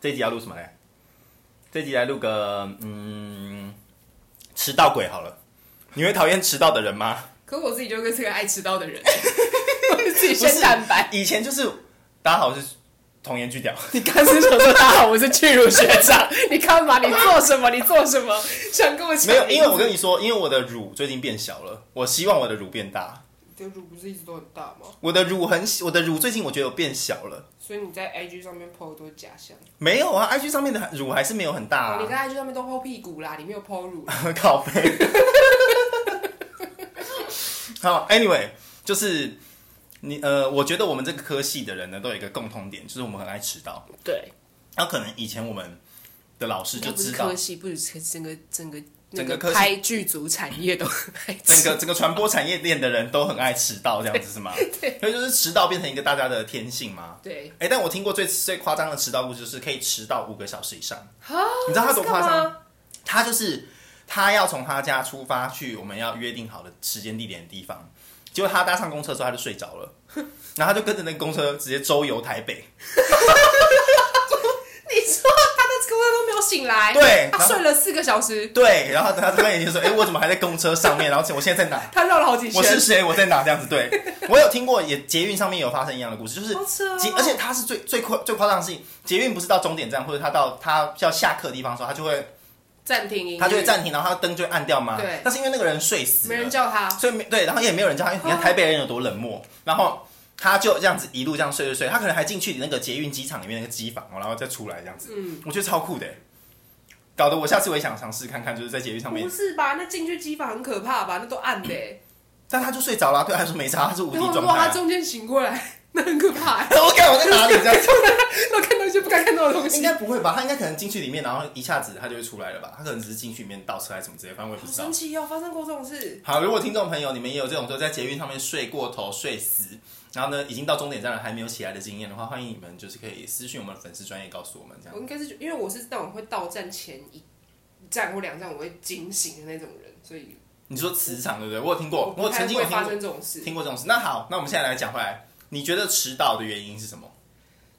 这集要录什么嘞？这集来录个嗯，迟到鬼好了。你会讨厌迟到的人吗？可我自己就是个爱迟到的人， 自己 先坦白。以前就是大家好，我是童颜巨屌， 你刚是想说大家好，我是巨乳学长， 你看嘛，你做什么？你做什么？想跟我抢没有，因为我名跟你说，因为我的乳最近变小了，我希望我的乳变大。字你的乳不是一直都很大吗？我的乳很，我的乳最近我觉得有变小了。所以你在 IG 上面 PO 都是假象、没有啊，IG 上面的乳还是没有很大、哦你啊。在 IG 上面都 PO 屁股啦，你没有 PO 乳啦。 靠背。好，anyway，就是你呃，我觉得我们这个科系的人呢，都有一个共同点，就是我们很爱迟到。对，那可能以前我们的老师就不是知道科，系，不是整个整个那整个个科系拍剧组产业都还整个整个传播产业链的人都很爱迟到，这样子是 吗？对，所以就是迟到变成一个大家的天性吗？对，哎、但我听过最最夸张的迟到故事，就是可以迟到五个小时以上。你你知道他多夸张？？他就是他要从他家出发去我们要约定好的时间、地点的地方，结果他搭上公车之后他就睡着 了，然后他就跟着那个公车直接周游台北。你说他的工作都没有醒来，对他然后睡了四个小时，对，然后他他眼睛说：“哎、我怎么还在公车上面？然后我现在在哪？”他绕了好几圈。我是谁？我在哪？这样子， 对我有听过，也捷运上面有发生一样的故事，就是好扯哦捷，而且他是最最夸最夸张的事情，捷运不是到终点站或者他到他要下课的地方的时候，他就会暂停音乐他就会，暂停，然后他灯就会暗掉吗？对但是因为那个人睡死没人了，叫哦他。所以没对，然后也没有人叫他，因为你看台北人有多冷漠，然后他就这样子一路这样睡睡睡，他可能还进去那个捷运机场里面那个机房，然后再出来这样子，嗯，我觉得超酷的欸，搞得我下次我也想尝试看看，就是在捷运上面不，是吧？那进去机房很可怕吧？那都暗的、欸。但他就睡着了，对他来说没差，他是无敌然后状如果态他啊。中间醒过来，那很可怕、 欸。 我看我在哪里这样子都看到一些不该看到的东应西，该 不会吧？他应该可能进去里面，然后一下子他就会出来了吧？他可能只是进去里面倒车还是什么之类，反正我也好不知道神。奇哦！发生过这种事，好，如果听众朋友你们也有这种就在捷运上面睡过头、睡死，然后呢已经到终点站了还没有起来的经验的话，欢迎你们就是可以私信我们的粉丝专业告诉我们这样我。应该是因为我是那种会到站前一站或两站我会惊醒的那种人，所以你说磁场对不对？我有听我过，不我太曾经会有听发过生这种事。听过这种事。那好，那我们现在来讲回来，你觉得迟到的原因是什么？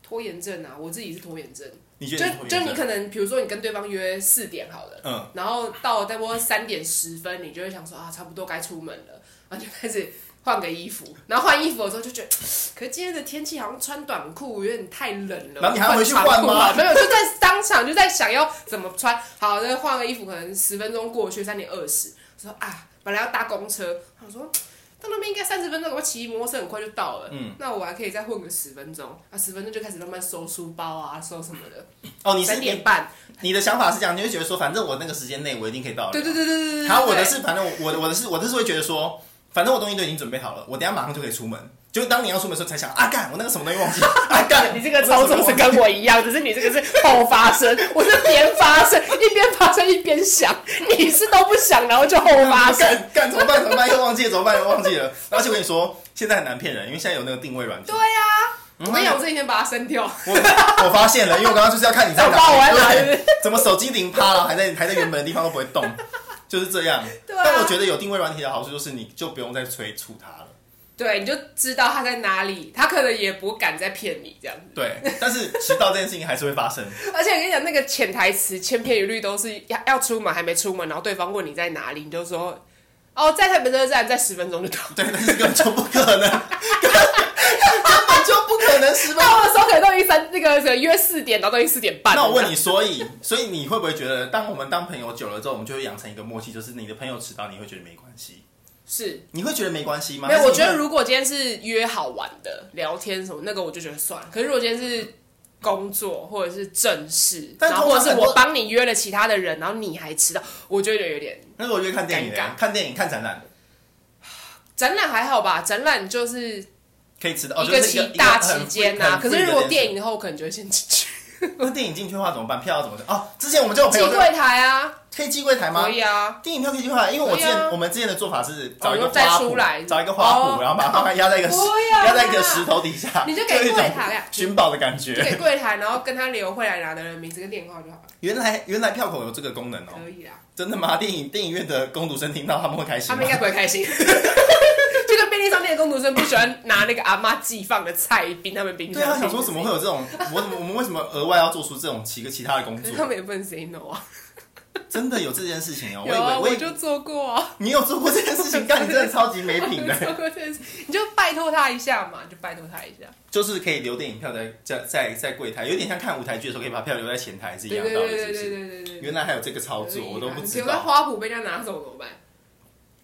拖延症啊，我自己是拖延症，你觉就得你会就原你因可能比如说你跟对方约四点好了。嗯，然后到了差不多三点十分，你就会想说啊，差不多该出门了，然后就开始换个衣服。然后换衣服的时候就觉得，可是今天的天气好像穿短裤有点太冷了。然后你还要回去换吗长裤好了没有，就在当场就在想要怎么穿。好，那换个衣服，可能十分钟过去，三点二十，说啊，本来要搭公车，我说。到那边应该三十分钟，我骑摩托车很快就到了。嗯，那我还可以再混个十分钟，啊，十分钟就开始慢慢收书包啊，收什么的。哦，你是三点你半，你的想法是这样，你会觉得说，反正我那个时间内我一定可以到的。对对对对对对对。然后我的对是，反正我我的我的是我的是会觉得说，反正我东西都已经准备好了，我等一下马上就可以出门。就当你要出门的时候才想啊，干我那个什么东西忘记了， 啊干你这个操作是跟我一样，只是你这个是后发生，我是边发生一边发生一边想，你是都不想，然后就后发啊生。干干怎么办？怎么办？又忘记了，怎么办？又忘记了。而且我跟你说，现在很难骗人，因为现在有那个定位软件。嗯我跟你讲，我这几天把它删掉，我我发现了，因为我刚刚就是要看你在 我把我哪，要拿对是不是怎么手机零趴了，还在还在原本的地方都不会动，就是这样。对啊但我觉得有定位软体的好处就是，你就不用再催促它了。对，你就知道他在哪里，他可能也不敢再骗你这样子。对，但是迟到这件事情还是会发生。而且我跟你讲，那个潜台词千篇一律都是要要出门还没出门，然后对方问你在哪里，你就说哦，在台北车站，在十分钟就 到。对，但是根本就不可能， 根本就不可能十分。到的时候可能都已经三那个可能约四点，然后都已经四点半。那我问你，，所以所以你会不会觉得，当我们当朋友久了之后，我们就会养成一个默契，就是你的朋友迟到，你会觉得没关系，是你会觉得没关系吗？没有，还是我你觉得会如果今天是约好玩的、聊天什么，那个我就觉得算了。可是如果今天是工作或者是正事，但然后或者通常是很多我帮你约了其他的人，然后你还迟到，我就觉得有点。那如果约看电影欸尴尬，看电影看展览展览还好吧，展览就是可以迟到，哦一就是期一个大期间呐、可是如果电影影的话，我可能就会先进去那电影进去的话怎么办？票要怎么哦？之前我们就有朋寄友柜台啊，可以寄柜台吗可？以啊。电影票可以寄柜台，因为我之前、可以啊我们之前的做法是找一个哦再花出来圃，找一个花圃，哦然后把它压在一个石 不要啦压在一个石头底下，你就给是一种柜台啊寻宝的感觉，就给柜台，然后跟他留会来拿的人名字跟电话就好了，原来原来票口有这个功能哦，可以啦。啊真的吗？电影电影院的工读生听到他们会开心他吗 们应？该不会开心，这个便利商店的工读生不喜欢拿那个阿妈寄放的菜冰他们冰箱。对啊，想说怎么会有这种？ 我怎么我们为什么额外要做出这种其个其他的工 可是他作？们也不能 say no 啊。真的有这件事情哦、我有啊，以我为我以就做过啊，你有做过这件事情，但你真的超级没我品有做 的。过这件事，你就拜托他一下嘛，你就拜托他一下。就是可以留电影票在在在在柜台，有点像看舞台剧的时候可以把票留在前台是一对样对的道理，对是不对对是？对对对对。啊原来还有这个操作，我都不知请问道。花圃被人家拿走怎么办？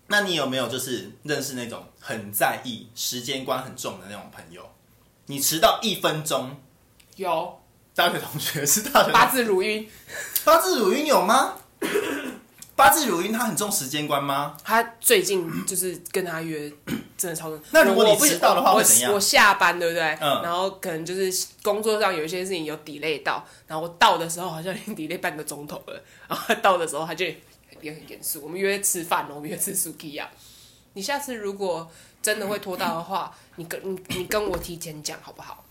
那你有没有就是认识那种很在意时间观很重的那种朋友？你迟到一分钟，有大学同学是大学八同字如晕，八字乳晕有吗？ 八字乳晕他很重时间观吗？ 他最近就是跟他约， 真的超准。那如果你我不迟到的话我会怎样我下班对不对？嗯然后可能就是工作上有一些事情有 delay 到，然后我到的时候好像已经 delay 半个钟头了，然后他到的时候他就也很严肃。我们约吃饭哦，我们约吃 suki 啊。你下次如果真的会拖到的嗯话，你跟你你跟我提前讲好不好？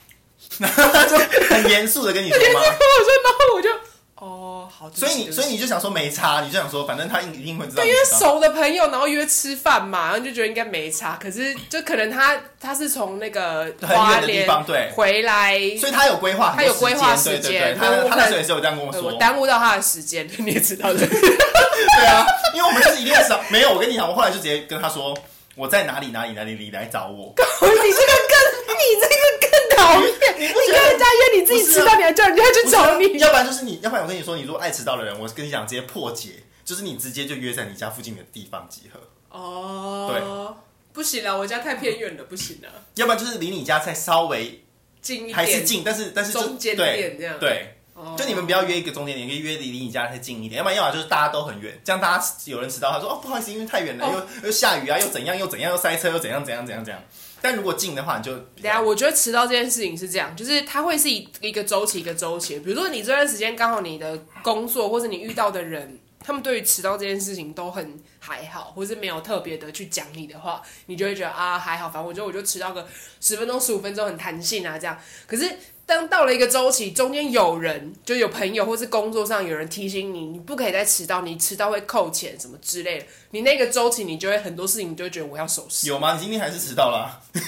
他就很严肃的跟你说吗？ 我说，然后我就哦好。所以你所以你你。就想说没差，你就想说反正他一定会知道对，你因为迟到。熟的朋友，然后约吃饭嘛，然后你就觉得应该没差。可是就可能他他是从那个很远的花地莲方对回来，所以他有规划，他有规划对时对对，间他所以我他可能那时候也是有这样跟我呃说我，耽误到他的时间， 你也知道的。对啊，因为我们就是一定要少，没有我跟你讲，我后来就直接跟他说我在哪里哪里哪里你来找 我，你这个更你这个更讨厌，你跟人家约你自己吃不是饭，你还叫人家去不是啊找你。要不然就是你，要不然我跟你说，你如果爱迟到的人，我跟你讲直接破解，就是你直接就约在你家附近的地方集合，哦，不行了，我家太偏远了，不行了，要不然就是离你家再稍微近一还是点。近，但是但是就中间对点这样对。哦就你们不要约一个中间点，可以约离离你家再近一点，要不然要么就是大家都很远，这样大家有人迟到，他说哦不好意思，因为太远了，哦又又下雨啊，又怎样又怎样又塞车又怎样怎样怎样怎样。但如果近的话，你就比等一下，较我觉得迟到这件事情是这样，就是它会是一一个周期一个周期。比如说你这段时间刚好你的工作或者你遇到的人，他们对于迟到这件事情都很还好，或是没有特别的去讲你的话，你就会觉得啊还好，反正我觉得我就迟到个十分钟十五分钟很弹性啊这样。可是当到了一个周期，中间有人就有朋友或是工作上有人提醒你，你不可以再迟到，你迟到会扣钱什么之类的。你那个周期，你就会很多事情，你就会觉得我要守时。有吗？你今天还是迟到啦、但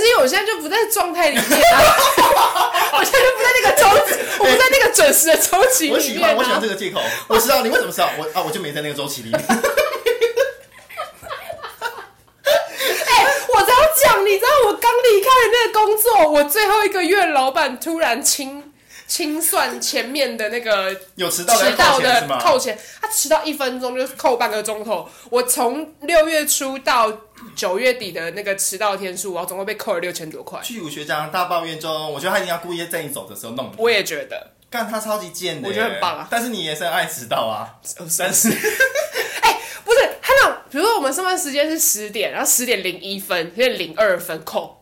是因为我现在就不在状态里面 啊，我现在就不在那个周期，我不在那个准时的周期哎我里喜面欢我喜欢啊这。个借口，我知道你为什么知道我啊，我就没在那个周期里面。哎、我只要讲，你知道我刚离开的那个工作，我最后一个月，老板突然清清算前面的那个有迟到的迟要扣到钱是的吗？扣钱，他迟到一分钟就扣半个钟头。我从六月初到九月底的那个迟到天数，我总共被扣了六千多块。去武学长大抱怨中，我觉得他一定要故意在你走的时候弄你，我也觉得，干他超级贱的耶，我觉得很棒啊但是你也是很爱迟到啊，但 是哎不是他那种，比如说我们上班时间是十点，然后十点零一分，十点零二分扣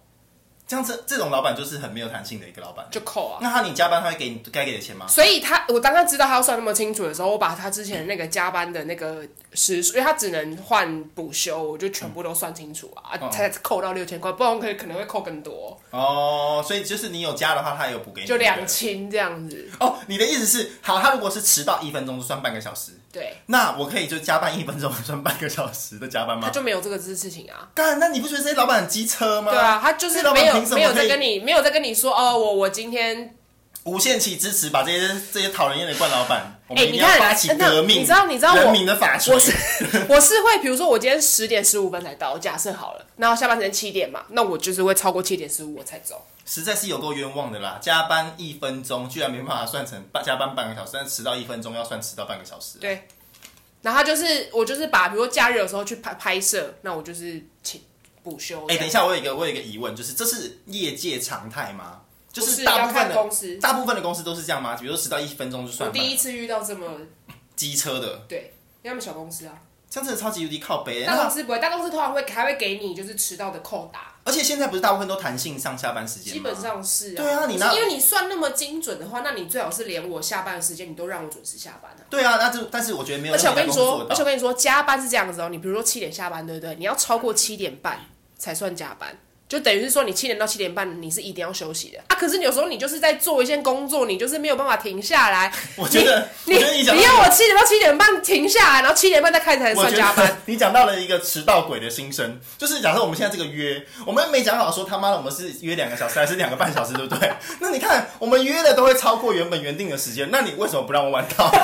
这样子这种老板就是很没有弹性的一个老板。就扣啊。那他你加班他会给你该给的钱吗？所以他，我当他知道他要算那么清楚的时候，我把他之前那个加班的那个时数，因为他只能换补休，我就全部都算清楚啊，嗯才扣到六千块，不然我可可能会扣更多，哦，所以就是你有加的话，他也有补给你，就两对不对千这样子。哦，你的意思是，好，他如果是迟到一分钟就算半个小时，对，那我可以就加班一分钟算半个小时的加班他吗？就没有这个事情啊。干，那你不觉得这些老板很机车吗？对，啊，他就嗯是这老板没有凭什么没有可以在跟你没有在跟你说哦，我我今天无限期支持把这些这些讨人厌的惯老板，我们哎一定你要看发起哎那革命。你知道你知道我人民的法锤我是我是会，比如说我今天十点十五分才到，假设好了，然后下班时间七点嘛，那我就是会超过七点十五我才走。实在是有够冤枉的啦！加班一分钟居然没办法算成半加班半个小时，但是迟到一分钟要算迟到半个小时。对，然后他就是我就是把，比如说假日有时候去拍拍摄，那我就是请补休这样。哎、等一下，我有一个我有一个疑问，就是这是业界常态吗？就不是大部要分看的公司。大部分的公司都是这样吗？比如说迟到一分钟就我算半第一次遇到这么机车的，对，因为他们小公司啊，这样真的超级无敌靠北、欸大公哎那司不会，大公司通常会还会给你就是迟到的扣打，而且现在不是大部分都弹性上下班时间吗？基本上是啊。对啊你那因为你算那么精准的话，那你最好是连我下班的时间你都让我准时下班啊。对啊，那就但是我觉得没有而任且何我一家跟公你司做说得，到，而且我跟你说，加班是这样子哦。你比如说七点下班，对不对？你要超过七点半才算加班。就等于是说你七点到七点半你是一定要休息的啊。可是有时候你就是在做一件工作，你就是没有办法停下来。 我觉得你我觉得你你讲到要我七点到七点半停下来，然后七点半再开始才我算觉加班。得 你讲到了一个迟到鬼的心声，就是假设我们现在这个约，我们没讲好说他妈的我们是约两个小时还是两个半小时，对不对？ 那你看我们约的都会超过原本原定的时间，那你为什么不让我晚到？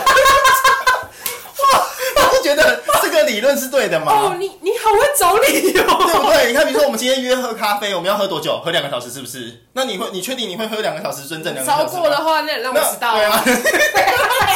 哇，我就觉得这个理论是对的嘛？哦，你你好会找理由。对不对？你看，比如说我们今天约喝咖啡，我们要喝多久？喝两个小时是不是？那你会，你确定你会喝两个小时， 真正两个超小时吗？过的话，那也让我那迟到对啊！啊，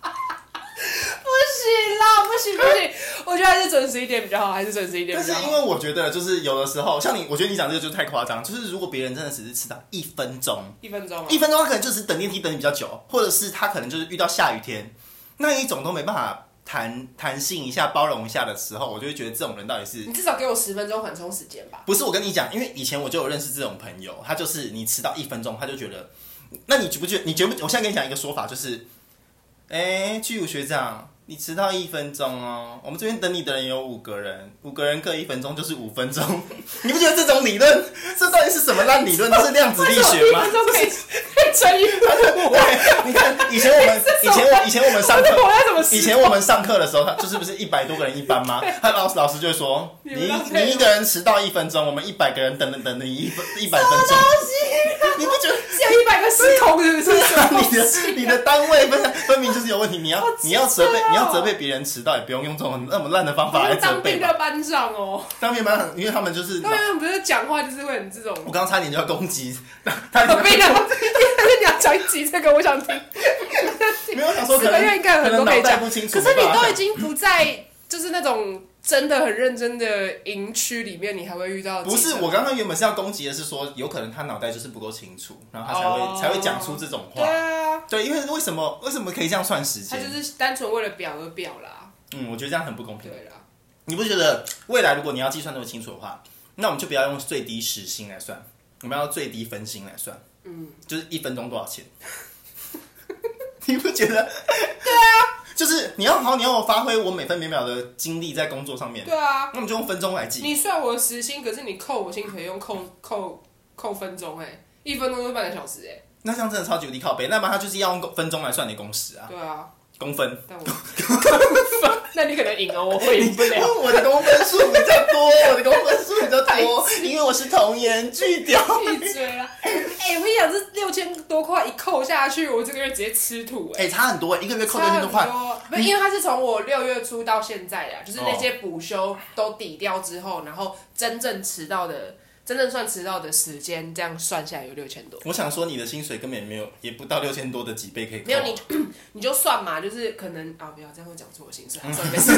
不行啦，不行不行，我觉得还是准时一点比较好，还是准时一点但比是较因好。为我觉得，就是有的时候，像你，我觉得你讲这个就太夸张。就是如果别人真的只是迟到一分钟，一分钟啊，一分钟他可能就是等电梯等你比较久，或者是他可能就是遇到下雨天，那一种都没办法弹弹性一下、包容一下的时候，我就会觉得这种人到底是你至少给我十分钟缓冲时间吧。不是？我跟你讲，因为以前我就有认识这种朋友，他就是你迟到一分钟，他就觉得，那你觉不觉？你觉不？我现在跟你讲一个说法，就是，哎，巨乳学长。你迟到一分钟哦，我们这边等你的人有五个人，五个人各一分钟就是五分钟。 你不觉得这种理论，这到底是什么烂理论？这是量子 为力什么学一吗？分钟可以 可以乘以他就对，你看以前我 们以前我以前我们 上那课，我要怎么以十前我们上课的时候，他就是不是一百多个人一班 吗？他老师老师就会说，你你们浪费你一个人迟到一分钟，我们一百个人等等等等你一分一百分钟，啊你不觉得？ 现一百个时空是不是？你的你的单位分分明就是有问题，你要啊好奇你要责备怪哦你要责备别人迟到，也不用用这种那么烂的方法来责当备兵吧。的啊班长哦，当面班长，因为他们就是当，兵不是讲话就是会很这种。我刚刚差点就要攻击他， 当兵的，但是你要讲一集这个，我想听。 没有想说可四个月能应该有很可多能可以脑袋讲不清楚，可是你没办法都已讲经不在，就是那种真的很认真的营区里面，你还会遇到不是，记者我刚刚原本是要攻击的是说，有可能他脑袋就是不够清楚，然后他才会、哦才会讲出这种对话。啊，对，因为为什么为什么可以这样算时他间？就是单纯为了表而表啦，嗯，我觉得这样很不公平。对啦，你不觉得未来如果你要计算那么清楚的话，那我们就不要用最低时薪来算，我们要最低分薪来算。嗯，就是一分钟多少 钱？你不觉得？对啊，就是你要好，你要我发挥我每分每秒的精力在工作上面，对啊，那我们就用分钟来计。你算我的时薪，可是你扣我薪可以用扣扣扣分钟哎、一分钟就半个小时哎、那这样真的超级无敌靠背，那么他就是要用分钟来算你工时啊，对啊，公分。但我 那你可能赢了，我会 赢不因了。为我的公分数比较多，我的公分数比 较哎多，因为我是童颜巨屌。闭嘴啦！哎、我跟你讲，这六千多块一扣下去，我这个月直接吃土哎、哎、差很多、一个月扣差六千很多多，块，不是因为他是从我六月初到现在的，就是那哦些补休都抵掉之后，然后真正迟到的，真正算迟到的时间，这样算下来有六千多。我想说你的薪水根本也没有，也不到六千多的几倍可以扣。没有你，你就 算嘛，就是可能啊，不要这样会讲出我心声，算了没事，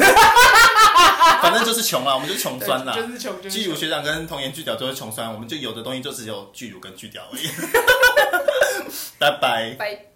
反正就是穷啊，我们就是穷酸啦。就是穷，就是巨乳穷。学长跟童颜巨屌都 是穷酸，我们就有的东西就只有巨乳跟巨屌而已。拜拜。拜。